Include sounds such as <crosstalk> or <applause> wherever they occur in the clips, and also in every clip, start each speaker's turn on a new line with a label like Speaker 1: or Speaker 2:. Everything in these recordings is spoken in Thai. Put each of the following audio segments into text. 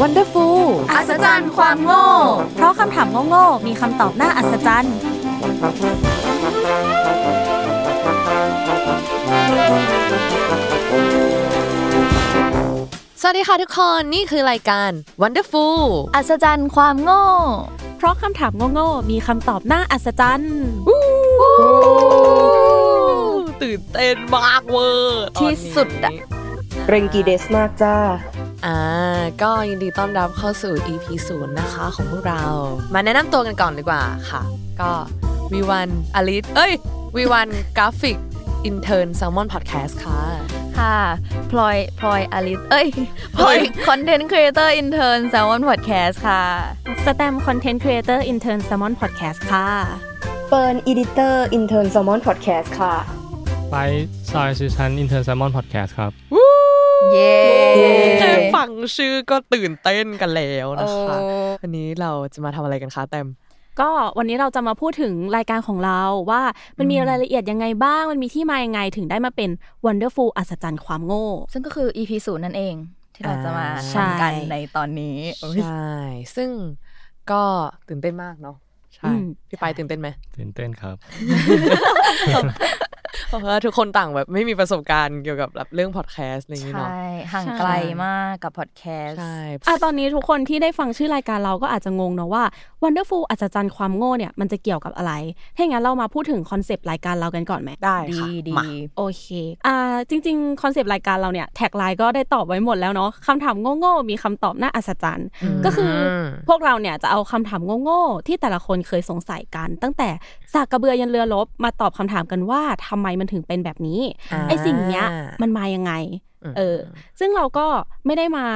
Speaker 1: วันเดอร์ฟูล
Speaker 2: อัศจรรย์ความโง่
Speaker 1: เพราะคำถามโง่ๆมีคำตอบน่าอัศจรรย์
Speaker 3: สวัสดีค่ะทุกคน นี่คือรายการ Wonderful
Speaker 2: อัศจรรย์ความโง่
Speaker 1: เพราะคำถามโง่ๆมีคำตอบน่าอัศจรรย์
Speaker 3: ตื่นเต้นมากเวอร์ตอนนี้
Speaker 2: ที่สุดอะ
Speaker 4: เรงกีเดสมากจ้า
Speaker 3: อ่า ก็ยินดีต้อนรับเข้าสู่ EP ศูนย์นะคะของพวกเรา มาแนะนำตัวกันก่อนดีกว่าค่ะ ก็วีวันอลิสเอ้ยวีวันกราฟิกอินเทอร์นแซลมอนพอดแคสต์ค่ะ
Speaker 2: ค่ะ พลอย พลอยอลิส เอ้ย พ
Speaker 3: <laughs>
Speaker 2: ลอยคอนเทนต์ครีเอเตอร์อินเทอร์นแซลมอนพอดแคสต์ค่ะ
Speaker 1: สแตมคอนเทนต์ครีเอเตอร์อินเทอร์นแซมมอนพอดแคสต์ค่ะ
Speaker 4: เปิร์นอีดิเตอร์อินเทอร์นแซมมอนพอดแคสต์ค่ะ
Speaker 5: ไปซอยซิชันอินเทอร์แซมมอนพอดแคสต์ครับ
Speaker 2: เย้
Speaker 3: แค่ฟังชื่อก็ตื่นเต้นกันแล้วนะคะ วันนี้เราจะมาทำอะไรกันคะแตม
Speaker 1: ก็วันนี้เราจะมาพูดถึงรายการของเราว่ามันมี
Speaker 3: อืม
Speaker 1: รายละเอียดยังไงบ้าง มันมีที่มายังไงถึงได้มาเป็น Wonderful อัศจรรย์ความโง่
Speaker 2: ซึ่งก็คือ EP ศูนย์นั่นเอง ที่เราจะมา
Speaker 1: ใช่
Speaker 2: ทำกันในตอนนี้อุ๊ย
Speaker 3: ใช่ ซึ่งก็ตื่นเต้นมากเนาะ ใช่
Speaker 1: อืม
Speaker 3: พี่ปายตื่นเต้นไหม
Speaker 5: ตื่นเต้นครับ
Speaker 3: เพราะว่าทุกคนต่างแบบไม่มีประสบการณ์เกี่ยวกับแบบเรื่องพอดแคสต์อะไรอย่างงี้
Speaker 2: ใช่
Speaker 3: เนาะ
Speaker 2: ห่างไกลมากกับพอดแคสต์
Speaker 3: ใช่
Speaker 1: อ่ะตอนนี้ทุกคนที่ได้ฟังชื่อรายการเราก็อาจจะงงเนอะว่า Wonderful อัศจรรย์ความโง่เนี่ยมันจะเกี่ยวกับอะไรถ้าอย่างนั้นเรามาพูดถึงคอนเซปต์รายการเรากันก่อนไหม
Speaker 3: ได้
Speaker 2: ดี
Speaker 3: ค่ะ
Speaker 2: ดี
Speaker 3: มา
Speaker 1: โอเค อ่า จริงๆ คอนเซปต์รายการเราเนี่ย แท็กไลน์ก็ได้ตอบไว้หมดแล้วเนาะคำถามโง่ๆ มีคำตอบน่าอัศจรรย์ ก็คือ พวกเราเนี่ยจะเอาคำถามโง่ๆ ที่แต่ละคนเคยสงสัยกัน ตั้งแต่สากกระเบือยันเรือรบมาตอบคำถามกันว่าทำไมมันถึงเป็นแบบนี้
Speaker 3: า
Speaker 1: ไอ้สิ่งเนี้ยมันมายังไง เออ ซึ่งเราก็ไม่ได้มา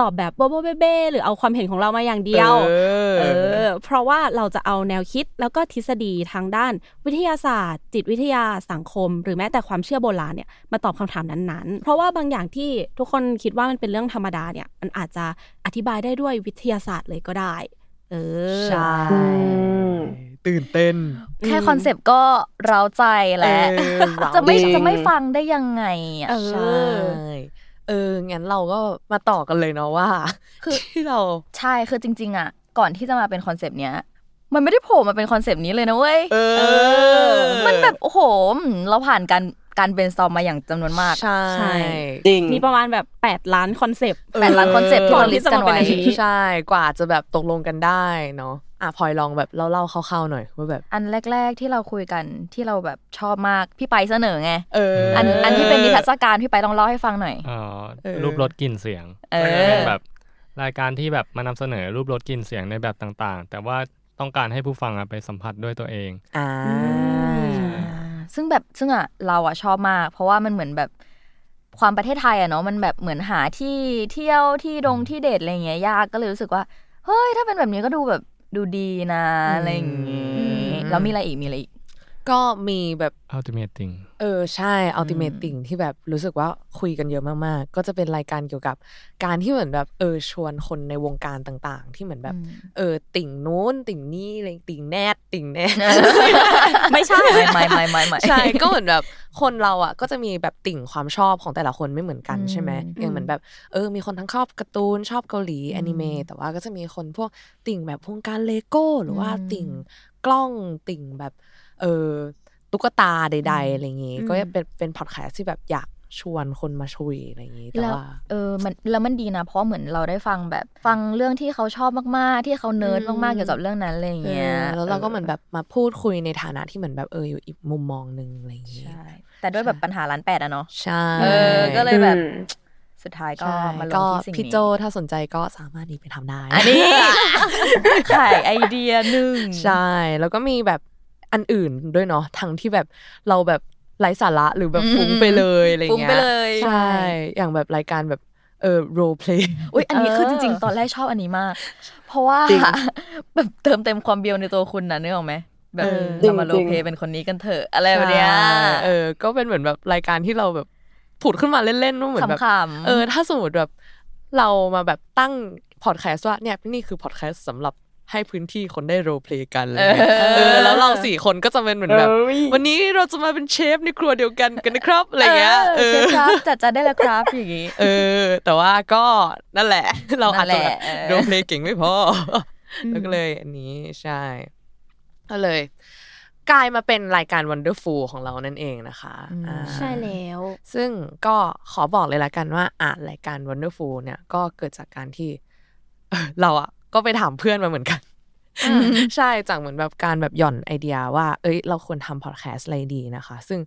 Speaker 1: ตอบแบบโบ๊ะๆเบ้ๆหรือเอาความเห็นของเรามาอย่างเดียว
Speaker 3: เออ
Speaker 1: เออ เพราะว่าเราจะเอาแนวคิดแล้วก็ทฤษฎีทางด้านวิทยาศาสตร์ จิตวิทยาสังคม หรือแม้แต่ความเชื่อโบราณเนี่ยมาตอบคำถามนั้นๆ เพราะว่าบางอย่างที่ทุกคนคิดว่ามันเป็นเรื่องธรรมดาเนี่ยมันอาจจะอธิบายได้ด้วยวิทยาศาสตร์เลยก็ได้ เออ
Speaker 3: ใช่
Speaker 4: ม
Speaker 3: ตื่นเต้น
Speaker 2: แค่คอนเซปต์ก็เร้าใจแล้ว
Speaker 3: เออเร้า
Speaker 2: จะไม่
Speaker 3: จริง
Speaker 2: จะไม่ฟังได้ยังไงอ่ะ
Speaker 1: เออ
Speaker 3: ใช่ เออ งั้นเราก็มาต่อกันเลยเนาะว่า
Speaker 2: คือ
Speaker 3: ที่เรา
Speaker 2: ใช่ คือจริง ๆ อ่ะ ก่อนที่จะมาเป็นคอนเซปต์เนี้ย มันไม่ได้โผล่มาเป็นคอนเซปต์นี้เลยนะเว้ย
Speaker 3: เออ
Speaker 2: เออ มันแบบ โอ้โห เราผ่านการการเบนซอมมาอย่างจำนวนมาก
Speaker 3: ใช่
Speaker 1: ใช่
Speaker 4: จริง
Speaker 1: มีประมาณแบบ 8 ล้านคอนเซปต์
Speaker 2: แต่ละคอนเซปต์ที่เราลิสต์กันไว้
Speaker 1: ก่อนที่จะมาเป็นอันนี้
Speaker 3: ใช่กว่าจะแบบตกลงกันได้เนาะอ่ะพลอยลองแบบเล่าเล่าๆคร่าวๆหน่อยว่าแบบ
Speaker 2: อันแรก ๆ ที่เราคุยกันที่เราแบบชอบมาก พี่ไปเสนอไง
Speaker 3: เออ
Speaker 2: อั
Speaker 3: อั
Speaker 2: นอันที่เป็นนิทรรศการ พี่ไปลองเล่าให้ฟังหน่อย
Speaker 5: เอ่อ
Speaker 3: เออ
Speaker 5: รูปรสกลิ่นเสียง
Speaker 2: เออ
Speaker 5: เป็นแบบรายการที่แบบมานำเสนอรูปรสกลิ่นเสียงในแบบต่างๆ แต่ว่าต้องการให้ผู้ฟังอะไปสัมผัสด้วยตัวเอง
Speaker 3: อ่า
Speaker 2: ซึ่งแบบซึ่งอ่ะเราอ่ะชอบมาก เพราะว่ามันเหมือนแบบความประเทศไทยอ่ะเนาะมันแบบเหมือนหาที่เที่ยวที่ดงที่เดทอะไรเงี้ยยากก็เลยรู้สึกว่าเฮ้ยถ้าเป็นแบบนี้ก็ดูแบบดูดีนะ
Speaker 3: อืม
Speaker 2: อะไรอย่างงี้
Speaker 3: อืม
Speaker 2: แล้วมีอะไรอีกมีอะไรอีก
Speaker 3: ก็มีแบบ
Speaker 5: Ultimating
Speaker 3: เออใช่อัลติเมตติ่งที่แบบรู้สึกว่าคุยกันเยอะมากๆ ก็จะเป็นรายการเกี่ยวกับการที่เหมือนแบบเออชวนคนในวงการต่างๆ ที่เหมือนแบบ เออติ่งนู้นติ่งนี้อะไรติ่งแนดติ่งแนด
Speaker 1: ไม่ใช่
Speaker 2: ไม่ไม่ไม่ไม่ไม่
Speaker 3: ใช่ <laughs> ก็เหมือนแบบคนเราอ่ะก็จะมีแบบติ่งความชอบของแต่ละคนไม่เหมือนกัน
Speaker 2: อืม
Speaker 3: ใช่ไหม
Speaker 2: อืม
Speaker 3: อย่างเหมือนแบบเออมีคนทั้งชอบการ์ตูนชอบเกาหลี
Speaker 2: อืม
Speaker 3: แอนิเมะแต่ว่าก็จะมีคนพวกติ่งแบบวงการเลโก้ หรือว่า
Speaker 2: อืม
Speaker 3: ติ่งกล้องติ่งแบบเออ ตุ๊กตาใด ๆ อะไรอย่างงี้
Speaker 2: อืม
Speaker 3: ก็เป็นเป็นพอดแคสต์ที่แบบอยากชวนคนมาช่วยอะไรอย่างงี้แต่
Speaker 2: แล้ว
Speaker 3: ว่า
Speaker 2: เออมันแล้วมันดีนะ เพราะเหมือนเราได้ฟังแบบฟังเรื่องที่เขาชอบมากๆ ที่เขาเนิร์ด
Speaker 3: อืม
Speaker 2: มากๆเกี่ยวกับเรื่องนั้นอะไรอย่างเงี้ย
Speaker 3: ออแล้วเราก็เหมือนแบบมาพูดคุยในฐานะที่เหมือนแบบเอออยู่อีกมุมมองหนึ่งอะไรอย่างงี้
Speaker 2: ใช่แต่ด้วยแบบปัญหาร้านแปดอะเนาะ
Speaker 3: ใช่
Speaker 2: เออก็เลยแบบ
Speaker 4: อืม
Speaker 2: สุดท้ายก็
Speaker 3: ใช่
Speaker 2: มาล
Speaker 3: ก็
Speaker 2: งที่สิ่ง
Speaker 3: พี่
Speaker 2: นี้
Speaker 3: โจถ้าสนใจก็สามารถหนีไปทำได้ <laughs>
Speaker 2: อันนี้ ขายไอเดียหนึ่ง
Speaker 3: ใช่ แล้วก็มีแบบอันอื่นด้วยเนาะทั้งที่แบบเราแบบไร้สาระหรือแบบ
Speaker 2: อืม
Speaker 3: ฟุ้งไปเลยอะไรอย่างเงี้ย
Speaker 2: ฟุ้งไปเลย
Speaker 3: ใช่ อย่างแบบรายการแบบเออโรเพลย์
Speaker 2: อุ้ยอันนี้คือจริง
Speaker 3: เออ
Speaker 2: ๆ ตอนแรกชอบอันนี้มาก เพราะว่า
Speaker 3: จริง
Speaker 2: <laughs> แบบเติมเต็มความเบียวในตัวคุณนะนึกออกไหมแบบ
Speaker 3: เออ
Speaker 2: เรามาโล
Speaker 4: จริงๆ
Speaker 2: เพเป็นคนนี้กันเถอะอะไรแบบเนี้ย
Speaker 3: เออ ก็เป็นเหมือนแบบรายการที่เราแบบผุดขึ้นมาเล่นๆว่าเหมือนแบบ
Speaker 2: ขำๆ
Speaker 3: เออถ้าสมมติแบบเรามาแบบตั้งพอดแคสต์ว่าเนี่ยนี่คือพอดแคสต์สำหรับให้พื้นที่คนได้โรลเพลย์กันอะไรเงี้ย
Speaker 2: เออ
Speaker 3: เออแล้วเราสี่คนก็จะเป็นเหมือนแบบ
Speaker 4: เอ้ย
Speaker 3: วันนี้เราจะมาเป็นเชฟในครัวเดียวกันกันนะครับอะไรเงี้ย
Speaker 2: เอ
Speaker 3: เออ
Speaker 2: อเชฟครับจัดจานได้แล้วครับอย่างงี้
Speaker 3: เออ แต่ว่าก็นั่นแหละ เราอาจจะแบบ
Speaker 2: นั่นแหละเออ
Speaker 3: โรลเพลย์เก่งไม่พออแล้วก็เลยอันนี้ใช่ก็เลย กลายมาเป็นรายการ Wonderful ของเรานั่นเองนะคะอ่า
Speaker 1: ใช่แล้ว
Speaker 3: ซึ่งก็ขอบอกเลยละกันว่าอ่ะรายการ Wonderful เนี่ยก็เกิดจากการที่ <laughs> เอ่อเราอ่ะก็ไปถามเพื่อนมาเหมือนกัน <laughs> ใช่จากเหมือนแบบการแบบหย่อนไอเดียว่า เอ้ย เราควรทำพอดแคสต์อะไรดีนะคะ ซึ่ง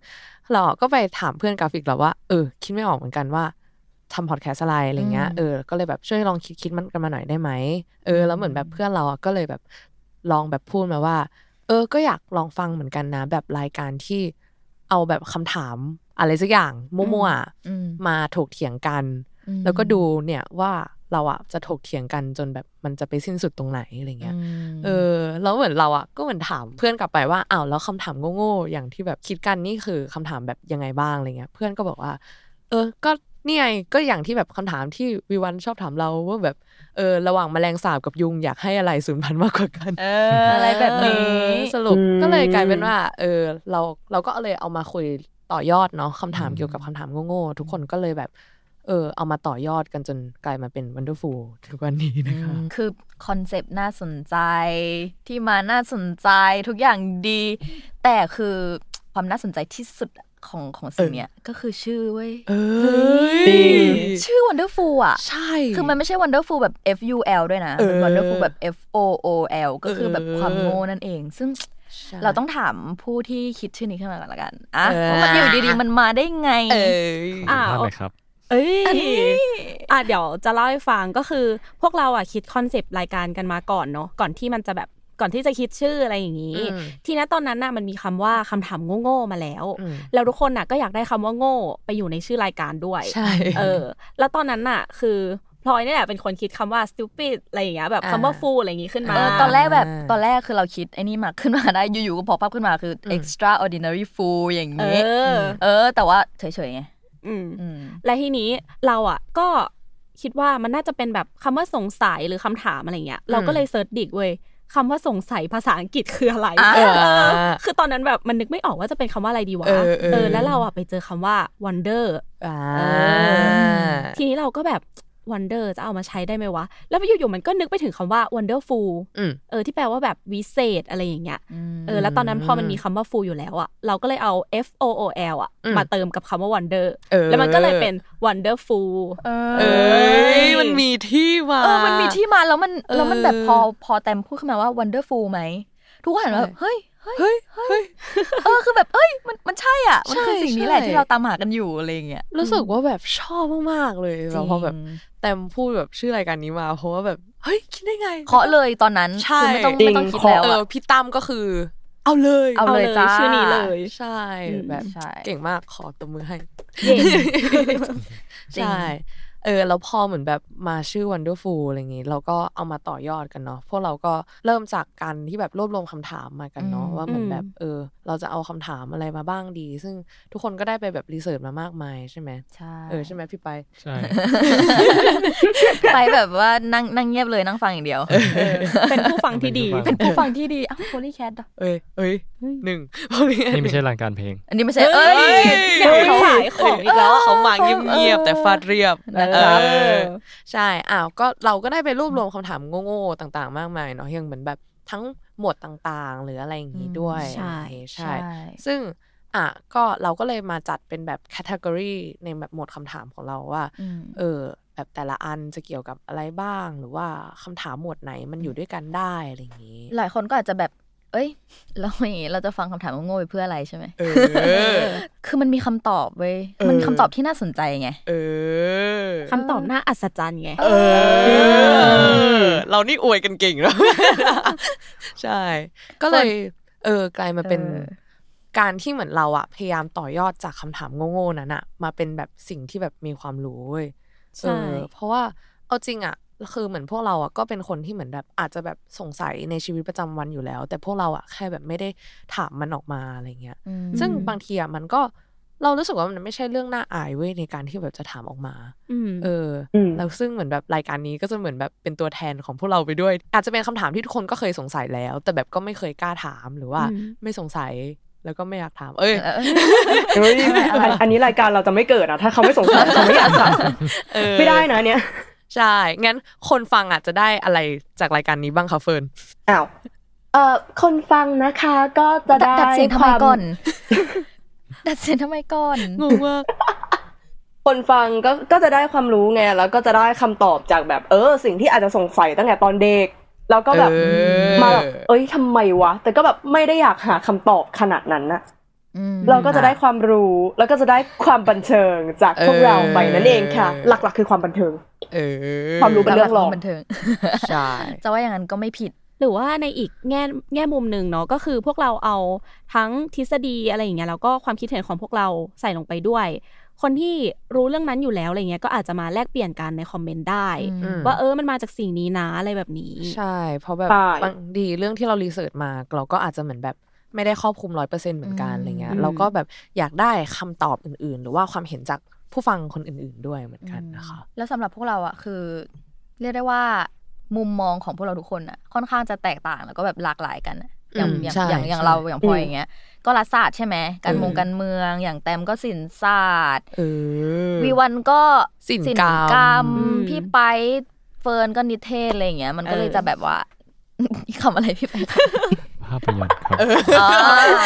Speaker 3: เราอ่ะก็ไปถามเพื่อนกราฟิกเราว่าเออ คิดไม่ออกเหมือนกันว่าทำพอดแคสต์อะไรอะไรเงี้ย
Speaker 2: อืม
Speaker 3: เออก็เลยแบบช่วยลองคิดคิดมันกันมาหน่อยได้ไหมเออแล้วเหมือนแบบเพื่อนเราอ่ะก็เลยแบบลองแบบพูดมาว่า เออ ก็อยากลองฟังเหมือนกันนะ แบบรายการที่เอาแบบคำถามอะไรสักอย่างมั่วๆอะ
Speaker 2: อืม
Speaker 3: มาถกเถียงกัน แล้วก็ดูเนี่ยว่าเราอ่ะจะถกเถียงกันจนแบบมันจะไปสิ้นสุดตรงไหนอะไรเงี้ย
Speaker 2: ม
Speaker 3: เออ แล้วเหมือนเราอ่ะก็เหมือนถามเพื่อนกลับไปว่าอ้าวแล้วคำถามโง่ๆอย่างที่แบบคิดกันนี่คือคำถามแบบยังไงบ้างอะไรเงี้ย เพื่อนก็บอกว่า เออ ก็เนี่ยไงก็อย่างที่แบบคำถามที่วิวันชอบถามเราว่าแบบเออระหว่างแมลงสาบกับยุงอยากให้อะไรสูญพันธุ์มากกว่ากัน
Speaker 2: เอออะไรแบบนี้
Speaker 3: เออสรุป
Speaker 4: อืม
Speaker 3: ก็เลยกลายเป็นว่า เออเราเราก็เลยเอามาคุยต่อยอดเนาะคำถาม
Speaker 2: อืม
Speaker 3: เกี่ยวกับคำถามโง่ๆทุกคนก็เลยแบบ เออ เอามาต่อยอดกันจนกลายมาเป็น Wonderful ทุกวันนี้นะคะ
Speaker 2: คือคอนเซปต์น่าสนใจที่มาน่าสนใจทุกอย่างดี แต่คือความน่าสนใจที่สุดของของสิ่งเนี้ยก็คือชื่อเว้ย
Speaker 3: เอ้ย
Speaker 2: ชื่อ Wonderful อ่ะ
Speaker 3: ใช่
Speaker 2: คือมันไม่ใช่ Wonderful แบบ F U L ด้วยนะ มัน
Speaker 3: เออ
Speaker 2: Wonderful แบบ F O O L ก็คือแบบความโง่นั่นเอง ซึ่ง
Speaker 3: ใช่
Speaker 2: เราต้องถามผู้ที่คิดชื่อนี้ขึ้นมาก่อนละกันอ่ะ
Speaker 3: เออ
Speaker 2: ว่ามันอยู่ดีๆ มันมาได้ไง
Speaker 3: เอ้ย
Speaker 5: ขอบคุณมากเลยครับ
Speaker 2: เอ้ย
Speaker 1: อ่ะเดี๋ยวจะเล่าให้ฟังก็คือพวกเราอ่ะคิดคอนเซปต์รายการกันมาก่อนเนาะก่อนที่มันจะแบบก่อนที่จะคิดชื่ออะไรอย่างนี้
Speaker 3: อืม
Speaker 1: ทีนั้นตอนนั้นน่ะมันมีคำว่าคำถามโง่ๆมาแล้ว
Speaker 3: อืม
Speaker 1: แล้วทุกคนน่ะก็อยากได้คำว่าโง่ไปอยู่ในชื่อรายการด้วย
Speaker 3: ใช่
Speaker 1: เออ แล้วตอนนั้นน่ะ คือพลอยเนี่ยแหละเป็นคนคิดคำว่า stupid อะไรอย่างเงี้ยแบบคำว่า
Speaker 3: อ่า
Speaker 1: fool อะไรอย่างงี้ขึ้นมา
Speaker 2: เออตอนแรกแบบ
Speaker 3: อ่า
Speaker 2: ตอนแรกคือเราคิดไอ้นี่มาขึ้นมาได้ <laughs> อยู่ๆ ก็พอปั๊บขึ้นมาคืออ extraordinary fool อย่าง
Speaker 1: เอ
Speaker 2: นี้
Speaker 1: อ
Speaker 2: เออ แต่ว่าเฉยๆไง
Speaker 1: อืม
Speaker 2: อืม
Speaker 1: และทีนี้เราอ่ะก็คิดว่ามันน่าจะเป็นแบบคำว่าสงสัยหรือคำถามอะไรเงี้ย เราก็เลยเซิร์ชดิกเว้ยคำว่าสงสัยภาษาอังกฤษคืออะไร
Speaker 2: อ่า
Speaker 1: เออ <laughs> คือตอนนั้นแบบมันนึกไม่ออกว่าจะเป็นคำว่าอะไรดีวะ
Speaker 3: เออเออ
Speaker 1: แล้วเราอ่ะไปเจอคำว่า wonder
Speaker 3: อ่า
Speaker 1: ทีนี้เราก็แบบ wonder จะเอามาใช้ได้ไหมวะ แล้วอยู่ๆมันก็นึกไปถึงคำว่า wonderful
Speaker 3: อืม
Speaker 1: เออที่แปลว่าแบบวิเศษอะไรอย่างเงี้ย
Speaker 2: ม
Speaker 1: เออแล้วตอนนั้นพอมันมีคำว่า full อยู่แล้วอะเราก็เลยเอา f o o l อะ
Speaker 3: อืม
Speaker 1: มาเติมกับคำว่า wonder
Speaker 3: เออ
Speaker 1: แล้วมันก็เลยเป็น wonderful
Speaker 2: เออ
Speaker 3: เอ้ยมันมีที่มา
Speaker 2: เออมันมีที่มาแล้วมัน
Speaker 3: เออ
Speaker 2: แล้วมันแบบพอพอแตมพูดขึ้นมาว่า wonderful ไหม ทุกคนหันมาแบบเฮ้ยเฮ้ย
Speaker 3: เฮ้ยเฮ้ย
Speaker 2: เออคือแบบเอ้ยมันมันใช่อ่ะมันคือ
Speaker 3: ใช่
Speaker 2: สิ่งนี้แหละ
Speaker 3: ใช่
Speaker 2: ที่เราตามหากันอยู่อะไรอย่างเงี้ย
Speaker 3: รู้สึกว่าแบบชอบมากๆเลยเราพอแบบ
Speaker 2: จริง
Speaker 3: แต้มพูดแบบชื่อรายการนี้มา เพราะว่าแบบ เฮ้ย คิดได้ไง
Speaker 2: เคาะเลยตอนนั้น
Speaker 3: ใช่
Speaker 2: คือไม่ต้อง
Speaker 4: จริ
Speaker 2: ไม่
Speaker 4: ง
Speaker 2: ต้องคิดแล้ว
Speaker 3: เออ
Speaker 2: อะ
Speaker 3: พี่ตั้มก็คือ เอาเลย
Speaker 2: เอาเลยจ้า
Speaker 1: ชื่อนี้เลย
Speaker 3: ใช่
Speaker 1: อืม
Speaker 3: แบบ
Speaker 2: ใช่
Speaker 3: เก่งมากขอตบมือให้
Speaker 1: เย่
Speaker 2: จริง
Speaker 3: ใช่ เออ แล้วพอเหมือนแบบมาชื่อ Wonderful อะไรอย่างงี้ เราก็เอามาต่อยอดกันเนาะ พวกเราก็เริ่มจากการที่แบบรวบรวมคำถามมากันเนาะ
Speaker 2: อืม
Speaker 3: ว่าเหมือนแบบ เออ เราจะเอาคำถามอะไรมาบ้างดี ซึ่งทุกคนก็ได้ไปแบบรีเสิร์ชมามากมายใช่ไหม
Speaker 2: ใช่
Speaker 3: เออใช่ไหมพี่ไป
Speaker 5: ใช่
Speaker 2: <laughs> ไปแบบว่านั่งนั่งเงียบเลยนั่งฟังอย่างเดียว
Speaker 1: เป็นผู้ฟังที่ดี
Speaker 5: เป็นผู้
Speaker 2: ผู้ฟังที่ดีอ้าวโพลีแคท
Speaker 3: เอ้ยเอ้ยหนึ่ง <laughs>
Speaker 5: นี่ไม่ใช่รายการเพลง
Speaker 2: อันนี้ไม่ใช่เอ้ย
Speaker 1: เนี่ยเขาขายของอีกแล้ว
Speaker 3: เขามาเงียบๆแต่ฟาดเรียบ
Speaker 2: นะครับ
Speaker 3: เออใช่อ้าวก็เราก็ได้ไปรวบรวมคำถามโง่ๆต่าง ๆ มากมายเนาะอย่างเหมือนแบบ ทั้งหมวดต่างๆ หรืออะไรอย่างนี้ด้วย
Speaker 1: อืมใช่
Speaker 3: โอเคใช่ ซึ่งอ่ะก็เราก็เลยมาจัดเป็นแบบแคตตากรีในแบบหมวดคำถามของเราว่า
Speaker 2: อืม
Speaker 3: เออแบบแต่ละอันจะเกี่ยวกับอะไรบ้าง หรือว่าคำถามหมวดไหนมันอยู่ด้วยกันได้อะไรอย่างนี้
Speaker 2: หลายคนก็อาจจะแบบ เอ้ย เราอย่างงี้เราจะฟังคำถามโง่ๆไปเพื่ออะไรใช่ไหม
Speaker 3: เออ
Speaker 2: คือมันมีคำตอบเว้ย
Speaker 3: เออ
Speaker 2: มันคำตอบที่น่าสนใจไง
Speaker 3: เออ
Speaker 1: คำตอบน่าอัศจรรย์ไง
Speaker 3: เออ เรานี่อวยกันเก่งแล้ว ใช่ ก็เลย เออกลายมาเป็น
Speaker 2: เออ
Speaker 3: การที่เหมือนเราอะพยายามต่อยอดจากคำถามโง่ๆนั้นอะมาเป็นแบบสิ่งที่แบบมีความรู้เว้ย
Speaker 1: ใช่
Speaker 3: เออเพราะว่าเอาจริงอะคือเหมือนพวกเราอะก็เป็นคนที่เหมือนแบบอาจจะแบบสงสัยในชีวิตประจำวันอยู่แล้ว แต่พวกเราอะแค่แบบไม่ได้ถามมันออกมาอะไรเงี้ย
Speaker 2: อืม
Speaker 3: ซึ่งบางทีอะมันก็เรารู้สึกว่ามันไม่ใช่เรื่องน่าอายเว้ยในการที่แบบจะถามออกมา
Speaker 1: อืม
Speaker 3: เออ
Speaker 4: อืม
Speaker 3: แล้วซึ่งเหมือนแบบรายการนี้ก็จะเหมือนแบบเป็นตัวแทนของพวกเราไปด้วย อาจจะเป็นคำถามที่ทุกคนก็เคยสงสัยแล้ว แต่แบบก็ไม่เคยกล้าถามหรือว่า
Speaker 1: อืม
Speaker 3: ไม่สงสัยแล้วก็ไม่อยากถาม เอ้ย
Speaker 2: เออ
Speaker 4: เฮ้ยอันอันนี้รายการเราจะไม่เกิดอ่ะ ถ้าเขาไม่สงสัยเขาไม่อยากถาม
Speaker 3: เออ
Speaker 4: ไม่ได้นะเนี่ย
Speaker 3: ใช่ งั้นคนฟังอาจจะได้อะไรจากรายการนี้บ้างคะเฟิร์น
Speaker 4: อ้าวเอ่อคนฟังนะคะก็จะได้
Speaker 2: ดัดเสียง
Speaker 4: ค
Speaker 2: ทำไม
Speaker 4: วาม <laughs>
Speaker 2: ก่อน ดัดเสียงทำไมก่อน
Speaker 1: งงมาก
Speaker 4: คนฟังก็ก็จะได้ความรู้ไงแล้วก็จะได้คำตอบจากแบบเออ สิ่งที่อาจจะสงสัยตั้งแต่ตอนเด็ก แล้วก็แบบ
Speaker 3: เออ
Speaker 4: มาแบบเอ้ยทำไมวะ แต่ก็แบบไม่ได้อยากหาคำตอบขนาดนั้นนะ
Speaker 2: อืม
Speaker 4: เราก็จะได้ความรู้ แล้วก็จะได้ความบันเทิงจากพวกเราไปนั่นเองค่ะ
Speaker 3: เออ
Speaker 4: หลักๆคือความบันเทิง
Speaker 3: เออ
Speaker 4: ความรู้เป็นเรื่องรอง
Speaker 2: บันเทิง
Speaker 3: ใช่
Speaker 2: จะว่าอย่างนั้นก็ไม่ผิด
Speaker 1: หรือว่าในอีกแง่แง่มุมหนึ่งเนาะก็คือพวกเราเอาทั้งทฤษฎีอะไรอย่างเงี้ยแล้วก็ความคิดเห็นของพวกเราใส่ลงไปด้วย คนที่รู้เรื่องนั้นอยู่แล้วอะไรเงี้ยก็อาจจะมาแลกเปลี่ยนกันในคอมเมนต์ได้
Speaker 3: อืม
Speaker 1: ว่าเออมันมาจากสิ่งนี้นะอะไรแบบนี้
Speaker 3: ใช่ เพราะแบบ
Speaker 4: ใช่
Speaker 3: บางดีเรื่องที่เรารีเสิร์ชมา เราก็อาจจะเหมือนแบบไม่ได้ครอบคลุมร้อยเปอร์เซ็นต์เหมือนกัน
Speaker 2: อืม
Speaker 3: อะไรเงี้ย
Speaker 1: อืม
Speaker 3: เราก็แบบอยากได้คำตอบอื่น ๆ หรือว่าความเห็นจากผู้ฟังคนอื่น ๆ ด้วยเหมือนกันนะคะ
Speaker 2: แล้วสำหรับพวกเราอะคือ เรียกได้ว่า มุมมองของพวกเราทุกคนอะค่อนข้างจะแตกต่างแล้วก็แบบหลากหลายกันอะอย่าง
Speaker 3: อืม
Speaker 2: อย่าง
Speaker 3: ใช่
Speaker 2: อย่างอย่าง
Speaker 3: ใช่
Speaker 2: เราอย่างพลอยอย่างเงี้ย ก็รัฐศาสตร์ใช่ไหมการ
Speaker 3: อืม
Speaker 2: มงการเมืองอย่างแตมก็ศิลปศาสตร์
Speaker 3: เออ
Speaker 2: วีวันก็
Speaker 3: ศิลป
Speaker 2: ป
Speaker 3: กรรม
Speaker 1: อืม
Speaker 2: พี่ไปเฟิร์นก็นิเทศอะไรอย่างเงี้ยมันก็เลย
Speaker 1: เออ
Speaker 2: จะแบบว่า <laughs> คำอะไรพี่ไป
Speaker 5: ภาพยนตร์ครับ
Speaker 2: อ๋อ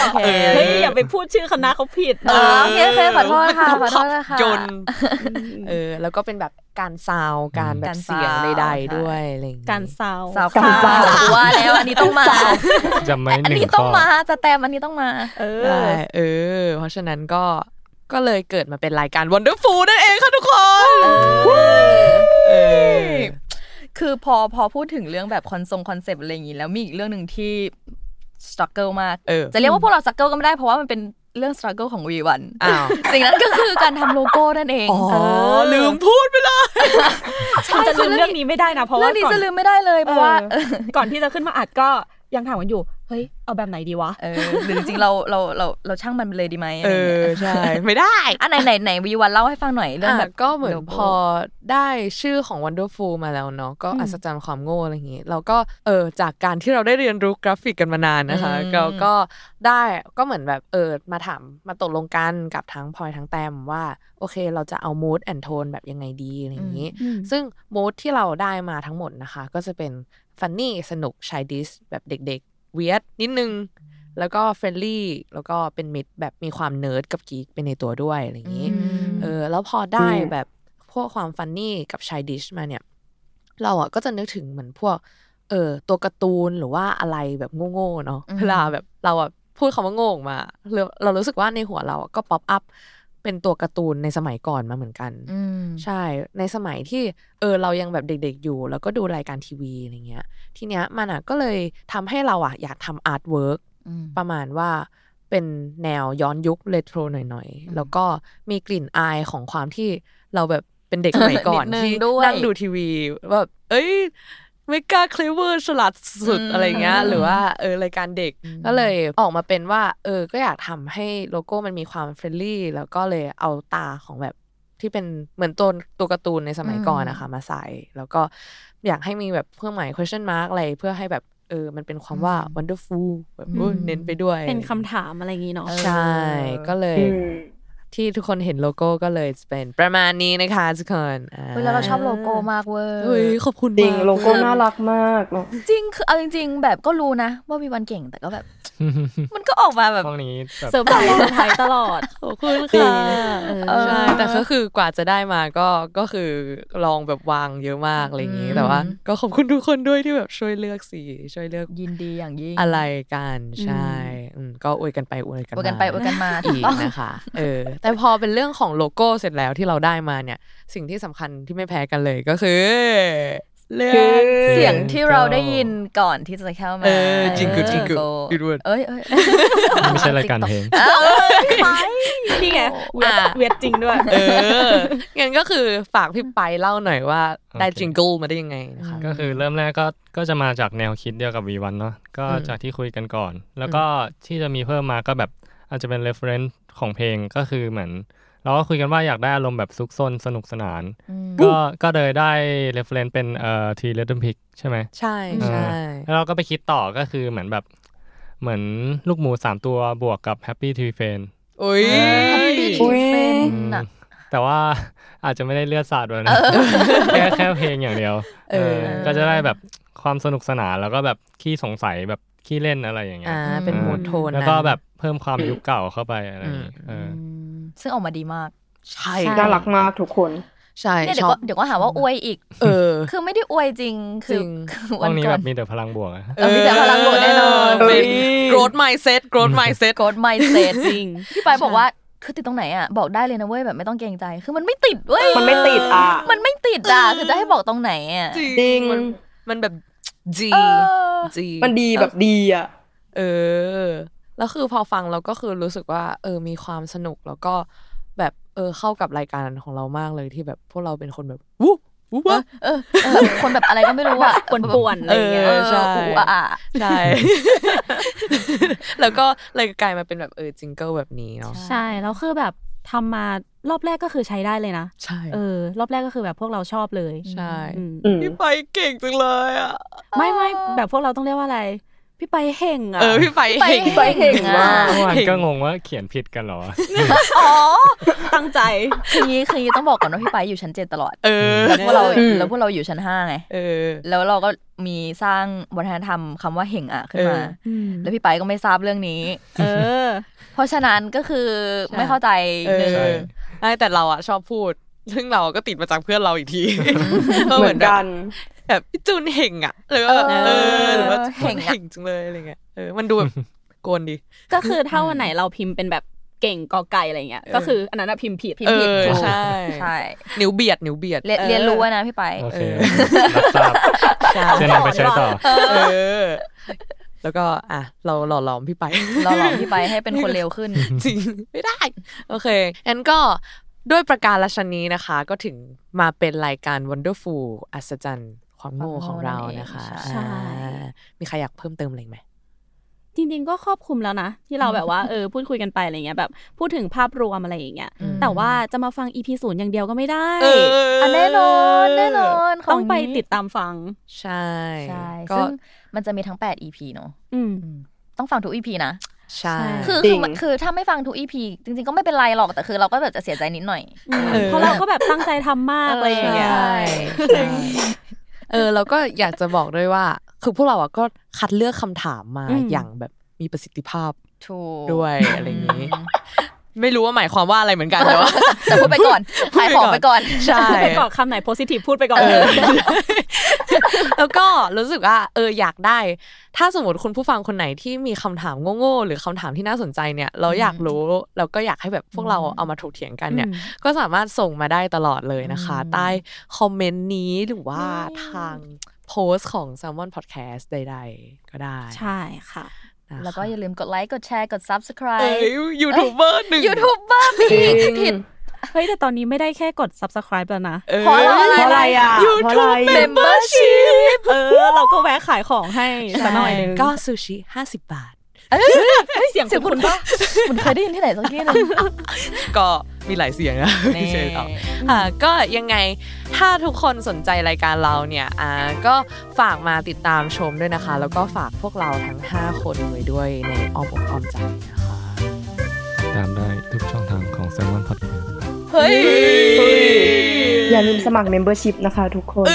Speaker 2: โอเค
Speaker 1: เฮ้ยอย่าไปพูดชื่อคณะเขาผิด
Speaker 2: อ๋อโอเคโอเคขอโทษค่ะขอโทษค่ะ
Speaker 3: จนเออ แล้วก็เป็นแบบการซาวด์การแบบ
Speaker 2: การซาวด์
Speaker 3: เสียงใด
Speaker 2: ใช่
Speaker 3: ๆด้วยอะไรอย่างงี้
Speaker 1: การเซา
Speaker 2: สาวขา
Speaker 4: สาว
Speaker 2: วว่าแล้วอันนี้ต้องมา
Speaker 5: จำไว้
Speaker 2: อัน
Speaker 5: หนึ่ง
Speaker 2: นี้ต้
Speaker 5: ข้
Speaker 2: อง
Speaker 5: อ
Speaker 2: มาสแตมอันนี้ต้องมา
Speaker 1: เออ
Speaker 3: ได้เออ เพราะฉะนั้นก็ก็เลยเกิดมาเป็นรายการ Wonderful นั่นเองค่ะทุกคนเออ
Speaker 2: คือพอพอพูดถึงเรื่องแบบคอนทรงคอนเซปต์อะไรอย่างนี้แล้วมีอีกเรื่องหนึ่งที่สตรัคเกิลมาก
Speaker 3: เออ
Speaker 2: จะเรียกว่าพวกเราสตรัคเกิลก็ไม่ได้เพราะว่ามันเป็นเรื่องสตรัคเกิลของวีวัน
Speaker 3: อ้าว
Speaker 2: สิ่งนั้นก็คือการทำโลโก้นั่นเอง
Speaker 3: อ๋อ
Speaker 2: เออ
Speaker 3: ลืมพูดไปเลย
Speaker 1: ฉันจะลืมเรื่องนี้ไม่ได้นะเพราะว่า
Speaker 2: เรื่องนี้
Speaker 1: ก่อน
Speaker 2: จะลืมไม่ได้เลยเพราะว่า
Speaker 1: เออ ก่อนที่จะขึ้นมาอัดก็ยังถามกันอยู่ เฮ้ย เอาแบบไหนดีวะ
Speaker 2: เออหรือจริงๆเราเราเราเราช่างมันไปเลยดีไหม
Speaker 3: เออ ใช่ ไม่ได้
Speaker 2: อันไหนไหนไหนวีวันเล่าให้ฟังหน่อยเรื่อง
Speaker 3: อ่ะ
Speaker 2: แบบ
Speaker 3: ก็เหมือน
Speaker 2: โลโก้
Speaker 3: พอได้ชื่อของ Wonderful มาแล้วเนาะก็
Speaker 2: อืม
Speaker 3: อัศจรรย์ความโง่อะไรอย่างงี้เราก็เออจากการที่เราได้เรียนรู้กราฟิกกันมานานนะคะ
Speaker 2: อืม
Speaker 3: เราก็ได้ก็เหมือนแบบเออมาถามมาตกลงกันกับทั้งพลอยทั้งแต้มว่า โอเคเราจะเอา mood and tone แบบยังไงดีอะไรอย่างงี้ ซึ่งมูดที่เราได้มาทั้งหมดนะคะ ก็จะเป็นฟันนี่สนุกชายดิสแบบเด็กๆเวียดนิดนึง แล้วก็เฟรนลี่แล้วก็เป็นมิดแบบมีความเนิร์ดกับกีกเป็นในตัวด้วยอะไรอย่างนี้
Speaker 2: อืม
Speaker 3: เออแล้วพอได้
Speaker 4: อืม
Speaker 3: แบบพวกความฟันนี่กับชายดิชมาเนี่ย เราอ่ะก็จะนึกถึงเหมือนพวก เออตัวการ์ตูนหรือว่าอะไรแบบโง่ๆเนาะ
Speaker 2: อืม
Speaker 3: เวลาแบบเราอ่ะพูดคำว่าโง่ออกมาเราเรารู้สึกว่าในหัวเราอะก็ป๊อปอัพเป็นตัวการ์ตูนในสมัยก่อนมาเหมือนกัน
Speaker 2: อืม
Speaker 3: ใช่ ในสมัยที่เออเรายังแบบเด็กๆอยู่ แล้วก็ดูรายการทีวีอะไรเงี้ย ทีเนี้ยมันอ่ะก็เลยทำให้เราอ่ะอยากทำอาร์ตเวิร์ก
Speaker 2: อืม
Speaker 3: ประมาณว่าเป็นแนวย้อนยุคเรโทรหน่อยๆ แล้วก็มีกลิ่นอายของความที่เราแบบเป็นเด็กส
Speaker 2: <laughs>
Speaker 3: มัยก่อน
Speaker 2: นิดนึง
Speaker 3: ที่
Speaker 2: ด้วย
Speaker 3: นั่งดูทีวีแบบเอ้ยไม่กล้าเคลเวอร์ฉลาดสุด
Speaker 2: อืม
Speaker 3: อะไรเงี้ยหรือว่าเออรายการเด็ก ก็เลยออกมาเป็นว่า เออ ก็อยากทำให้โลโก้มันมีความเฟรนลี่แล้วก็เลยเอาตาของแบบที่เป็นเหมือนตัวตัวการ์ตูนในสมัยก่อนนะคะ มาใส่ แล้วก็อยากให้มีแบบเครื่องหมาย question mark อะไรเพื่อให้แบบเออ มันเป็นความว่า wonderful แบบเออ
Speaker 2: อืม
Speaker 3: เน้นไปด้วย
Speaker 1: เป็นคำถามอะไรอย่างงี้เนาะ
Speaker 3: ใช่ ก็เลย
Speaker 4: อืม
Speaker 3: ที่ทุกคนเห็นโลโก้ก็เลยเป็นประมาณนี้นะคะทุกคนอ่า
Speaker 2: เฮ้ยแล้วเราชอบโลโก้มากเว้ย
Speaker 3: เฮ้ยขอบคุณ
Speaker 4: จริง
Speaker 3: มาก
Speaker 4: โลโก้น่ารักมากเนาะ
Speaker 2: จริงคือเอาจริง ๆ แบบก็รู้นะ ว่าวีวันเก่งแต่
Speaker 3: <laughs>
Speaker 2: ก็แบบ มันก็ออกมาแบบ
Speaker 5: ห้องนี้แบบ
Speaker 1: เสิร์ฟไทยคนไทยตลอ
Speaker 3: <laughs>
Speaker 1: ด ขอบคุณค่ะเออ
Speaker 3: ใช่แต่ก็คือกว่าจะได้มาก็ก็คือลองแบบวางเยอะมากอะไรอย่างนี้
Speaker 2: อืม
Speaker 3: แต่ว่า ก็ขอบคุณทุกคนด้วยที่แบบช่วยเลือกสีช่วยเลือก
Speaker 2: ยินดีอย่างยิ่ง
Speaker 3: อะไรกันใช่อืมก็อวยกันไปอวยกัน
Speaker 2: อว
Speaker 3: มา
Speaker 2: ยกันไปอวยกันมาถู
Speaker 3: อี
Speaker 2: ก
Speaker 3: ก
Speaker 2: ต้อง
Speaker 3: นะคะเออ แต่พอเป็นเรื่องของโลโก้เสร็จแล้วที่เราได้มาเนี่ย สิ่งที่สำคัญที่ไม่แพ้กันเลยก็คือ เรื่อง
Speaker 2: เสียงที่เราได้ยินก่อนที่จะเข้ามา
Speaker 3: เออ Jingle Jingle
Speaker 2: เออ
Speaker 3: Goodwood
Speaker 2: เอ้ยเอ้ย
Speaker 5: ไม่ใช่
Speaker 2: <laughs>
Speaker 5: รายการเพลง
Speaker 2: เอ้ยไป
Speaker 1: นี่ไงเวียด
Speaker 3: อ่ะ
Speaker 1: เวียดจริงด้วย
Speaker 3: เอองั้นก็คือฝากพี่ไปเล่าหน่อยว่าได้
Speaker 5: โอเค
Speaker 3: จิงเกิลมาได้ยังไงนะคะ
Speaker 5: ก็คือเริ่มแรกก็ก็จะมาจากแนวคิดเดียวกับวีวันเนาะก็
Speaker 3: อืม
Speaker 5: จากที่คุยกันก่อน แล้วก็ที่จะมีเพิ่มมาก็แบบอาจจะเป็น reference ของเพลงก็คือเหมือน เราก็คุยกันว่าอยากได้อารมณ์แบบซุกซนสนุกสนาน ก็ก็เลยได้ reference เป็นเอ่อทีเลดมพิกใช่ไหม
Speaker 3: ใช่ใช่
Speaker 5: แล้วเราก็ไปคิดต่อก็คือเหมือนแบบเหมือนลูกหมูสามตัวบวกกับแฮปปี้ทรีเฟน
Speaker 3: อุ้ย
Speaker 2: แฮปปี้ทีเฟนน่ะ
Speaker 5: แต่ว่า <laughs> อาจจะไม่ได้เลือดสาดด้วยนะแค่แค่เพลงอย่างเดียว
Speaker 3: เออ
Speaker 5: เออก็จะได้แบบความสนุกสนานแล้วก็แบบขี้สงสัยแบบขี้เล่นอะไรอย่างเงี้ย
Speaker 3: อ่า เป็น
Speaker 5: ออ
Speaker 3: โมดโทน
Speaker 5: แล้วก็
Speaker 3: นั้น
Speaker 5: แบบเพิ่มความยุคเก่าเข้าไปอะไรอย่างเงี้ยเออ
Speaker 2: ซึ่งออกมาดีมาก
Speaker 3: ใช่
Speaker 4: น่ารักมากทุกคน
Speaker 3: ใช่
Speaker 2: เนี่ยเดี๋
Speaker 3: ช
Speaker 2: ยว
Speaker 3: อ
Speaker 2: ก็
Speaker 3: บ
Speaker 2: เดี๋ยวก็หาว่าอวยอีก
Speaker 3: เออ
Speaker 2: คือไม่ได้อวยจริง คือ
Speaker 3: จริง
Speaker 2: คือ
Speaker 5: ห้
Speaker 2: วั
Speaker 5: อน งนี้
Speaker 2: ก่
Speaker 5: แบ
Speaker 2: อน
Speaker 5: บมีแต่พลังบวกอะ <laughs>
Speaker 2: เออมีแต่พลังบวกแน่นอน
Speaker 3: เเป็น growth mindset growth mindset
Speaker 2: กดไมเซตจริงพี่ไปายบอกว่าคือติดตรงไหนอ่ะบอกได้เลยนะเว้ยแบบไม่ต้องเกรงใจ คือมันไม่ติดเว้ย
Speaker 4: มันไม่ติดอ่ะ
Speaker 2: มันไม่ติดอ่ะคือจะให้บอกตรงไหนอ่ะ
Speaker 4: จริง
Speaker 3: มันมันแบบจี
Speaker 2: เออ
Speaker 3: จี
Speaker 4: มันดีแบบดีอ่ะ
Speaker 3: เออ แล้วคือพอฟังเราก็คือรู้สึกว่า เออมีความสนุกแล้วก็แบบเออเข้ากับรายการของเรามากเลยที่แบบพวกเราเป็นคนแบบวู้วู้วะ
Speaker 2: เออเออคนแบบอะไรก็ไม่รู้อ่ะ
Speaker 1: ป่วนๆอะไรอย่างเงี้ย
Speaker 3: เออใช่
Speaker 2: อูอ่ะอ่ะ
Speaker 3: ใช่ <laughs> แล้วก็เลยกลายมาเป็นแบบเออจิงเกิลแบบนี้เนาะ
Speaker 1: ใช่ แล้วคือแบบทำมารอบแรกก็คือใช้ได้เลยนะ
Speaker 3: ใช่
Speaker 1: เออ รอบแรกก็คือแบบพวกเราชอบเลย
Speaker 3: ใช่
Speaker 1: อืม
Speaker 4: อืม
Speaker 3: พี่ไปเก่งจังเลยอ่ะ
Speaker 1: ไม่ไม่แบบพวกเราต้องเรียกว่าอะไร พี่ไปเห่งอ่ะ
Speaker 3: เออพี่ไป
Speaker 2: ไป
Speaker 3: เก่ง
Speaker 4: ไปเห็นว่า
Speaker 5: เมื่อวานก็งงว่าเขียนผิดกันเหรอ
Speaker 2: อ๋อ
Speaker 1: ตั้งใจ
Speaker 2: คืองี้คืองี้ต้องบอกก่อนว่าพี่ไปอยู่ชั้นเจ็ดตลอด
Speaker 3: เออ
Speaker 2: แล้วพวกเรา
Speaker 4: อืม
Speaker 2: แล้วพวกเราอยู่ชั้นห้าไง
Speaker 3: เออ
Speaker 2: แล้วเราก็มีสร้างวัฒนธรรมคำว่าเห่งอ่ะขึ้นมา
Speaker 3: เออ
Speaker 2: แล้วพี่ไปก็ไม่ทราบเรื่องนี้
Speaker 1: เออ
Speaker 2: เพราะฉะนั้นก็คือไม่เข้าใจ
Speaker 3: เออ
Speaker 2: หนึ่ง
Speaker 5: ใช่
Speaker 3: ใช่แต่เราอะชอบพูด ซึ่งเราก็ติดมาจากเพื่อนเราอีก
Speaker 4: <laughs>
Speaker 3: ทีก็
Speaker 4: เหมือนกัน
Speaker 3: แบบพี่จูนเห่งอะหรือว่าแบบเออหรือว่า
Speaker 2: เห่งอ่ะ
Speaker 3: เห่งจังเลยอะไรเงี้ยเออมันดู
Speaker 2: <laughs>
Speaker 3: แบบโกนดี
Speaker 1: ก็คือถ้าวันไหนเราพิมพ์เป็นแบบเก่งกอไก่อะไรเงี้ย ก็คืออันนั้นอะพิมพ์ผิด
Speaker 2: พิม
Speaker 3: เอ
Speaker 2: พ์ผิด
Speaker 3: อ
Speaker 2: ถูก
Speaker 3: ใช่
Speaker 2: ใช่
Speaker 3: นิ้วเบียดนิ้วเบียด
Speaker 2: เรียนเรียนรู้ไว้นะพี่ไป
Speaker 5: โอเครับทราบ
Speaker 3: ใช่
Speaker 2: <laughs>
Speaker 5: เช่นเอาไปใช้ต่อ
Speaker 3: เออ แล้วก็อ่ะเราหล่อหลอมพี่ไป
Speaker 2: เราหลอกพี่ไปให้เป็นคนเร็วขึ้น
Speaker 3: จริง ไม่ได้ โอเคงั้นก็ด้วยประการราชนี้นะคะ ก็ถึงมาเป็นรายการ Wonderful อัศจรรย์ความโง่ของเรานะคะ
Speaker 1: ใช่
Speaker 3: อ่ามีใครอยากเพิ่มเติมอะไรไหม
Speaker 1: จริงๆก็ครอบคลุมแล้วนะ ที่เราแบบว่าเออพูดคุยกันไปอะไรเงี้ยแบบพูดถึงภาพรวมอะไรอย่างเงี้ย
Speaker 3: อืม
Speaker 1: แต่ว่าจะมาฟังอีพีศูนย์อย่างเดียวก็ไม่ได้
Speaker 2: อันแน่นอนแน่นอนข
Speaker 1: ต้องไปติด
Speaker 2: นี้
Speaker 1: ตามฟัง
Speaker 3: ใช่
Speaker 2: ใช่
Speaker 3: ก็
Speaker 2: ซึ่งมันจะมีทั้ง 8 EP เนอะ
Speaker 1: อืม
Speaker 2: ต้องฟังทุก EP นะ
Speaker 3: ใช่
Speaker 2: คือ
Speaker 4: จริ
Speaker 2: คือง มันคือถ้าไม่ฟังทุก EP จริงๆก็ไม่เป็นไรหรอกแต่คือเราก็แบบจะเสียใจนิดหน่อย
Speaker 1: เพราะเราก็แบบตั้งใจทำมากอะไรอย่างเงี้ย
Speaker 3: ใช่ใช่เออเราก็อยากจะบอกด้วยว่า คือพวกเราอะก็คัดเลือกคำถามมา
Speaker 1: อืม
Speaker 3: อย่างแบบมีประสิทธิภาพ
Speaker 2: ถูก
Speaker 3: ด้วยอะไรอย่างนี้ ไม่รู้ว่าหมายความว่าอะไรเหมือนกันแต่ว่า
Speaker 2: แต่พูดไปก่อนขายของไปก่อน
Speaker 3: ใช่
Speaker 1: พูดไปก่อนคำไหนโพซิทีฟพูดไปก่อน
Speaker 3: เอ
Speaker 1: เล
Speaker 3: อย <laughs> แล้วก็รู้สึกว่าเอออยากได้ ถ้าสมมติคุณผู้ฟังคนไหนที่มีคำถามโง่ๆหรือคำถามที่น่าสนใจเนี่ยเราอยากรู้แล้วก็อยากให้แบบพวกเราเอามาถกเถียงกันเนี่ย ก็สามารถส่งมาได้ตลอดเลยนะคะ
Speaker 2: อืม
Speaker 3: ใต้คอมเมนต์นี้หรือว่าทางโพสต์ของ s ซ l m o n Podcast ใดๆ ก็ได้
Speaker 1: ใช่ค่ะ
Speaker 3: นะคะ
Speaker 2: แล้วก็อย่าลืมกดไลค์กดแชร์กด
Speaker 3: เอ้
Speaker 2: subscribe
Speaker 3: ยยูทูบเบอร์หนึ่ง
Speaker 2: ยูทูบเบอร์
Speaker 4: จริง
Speaker 1: เฮ้ย แต่ตอนนี้ไม่ได้แค่กด subscribe แล้วนะ
Speaker 3: เอ้ย
Speaker 2: เพราะเราอะ
Speaker 4: เพ
Speaker 2: ไร
Speaker 4: ราะอะไรอ่ะ
Speaker 3: ยู
Speaker 4: เพ
Speaker 3: ทูบ
Speaker 4: ราะอะไร
Speaker 3: Membership
Speaker 1: เออ เราก็แวะขายของให้สักหน่อยหนึง
Speaker 3: ก็ซูชิ 50 บาท
Speaker 1: เสียง
Speaker 2: เสียง
Speaker 1: คุ
Speaker 2: คุณ ณปะคุณเคยได้ยินที่ไหนสักที่หนึง
Speaker 3: ก็มีหลายเสียงนะ
Speaker 2: นี่
Speaker 3: ที่เสียงออก ค่ะก็ยังไงถ้าทุกคนสนใจรายการเราเนี่ยอ่าก็ฝากมาติดตามชมด้วยนะคะ แล้วก็ฝากพวกเราทั้ง 5 คนไว้ด้วยในอ้อมอกอ้อมใจนะคะ
Speaker 5: <laughs> แต่ ตามได้ทุกช่องทางของ s ซ l m o n Podcast ครับ
Speaker 2: เฮ้ย
Speaker 4: อย่าลืมสมัคร membership นะคะทุกคน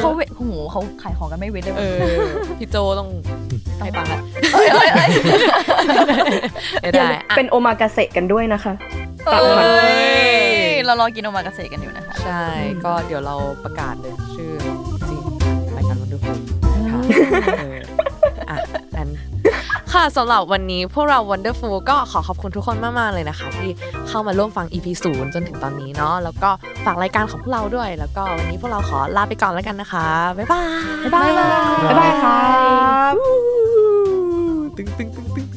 Speaker 2: เขาเวโอ้โหเขาขายของกันไม่เว้นเลย
Speaker 3: เอ
Speaker 2: ว่ะ
Speaker 3: อพี่โจต้องไปปะละ
Speaker 2: เอ้ยเอ้ยเอ้ย
Speaker 3: ไม่
Speaker 4: อย่า
Speaker 3: ได้
Speaker 4: ลืม
Speaker 3: อ่ะ
Speaker 4: เป็นโอมากาเสะกันด้วยนะคะ ตัดมา
Speaker 2: เอ้ยเรารอกินโอมากาเสะกันอยู่นะคะ
Speaker 3: ใช่ ก็เดี๋ยวเราประกาศเลยชื่อจริงรายการวันดูคุณค่ะเอออ่ะงั้นค่ะสำหรับวันนี้พวกเรา Wonderful ก็ขอขอบคุณทุกคนมาก ๆ เลยนะคะ ที่เข้ามาร่วมฟัง EP 0จนถึงตอนนี้เนาะแล้วก็ฝากรายการของพวกเราด้วย แล้วก็วันนี้พวกเราขอลาไปก่อนแล้วกันนะคะ บ๊ายบาย
Speaker 4: บ๊ายบายครับ
Speaker 3: ตึงตึงตึงตึง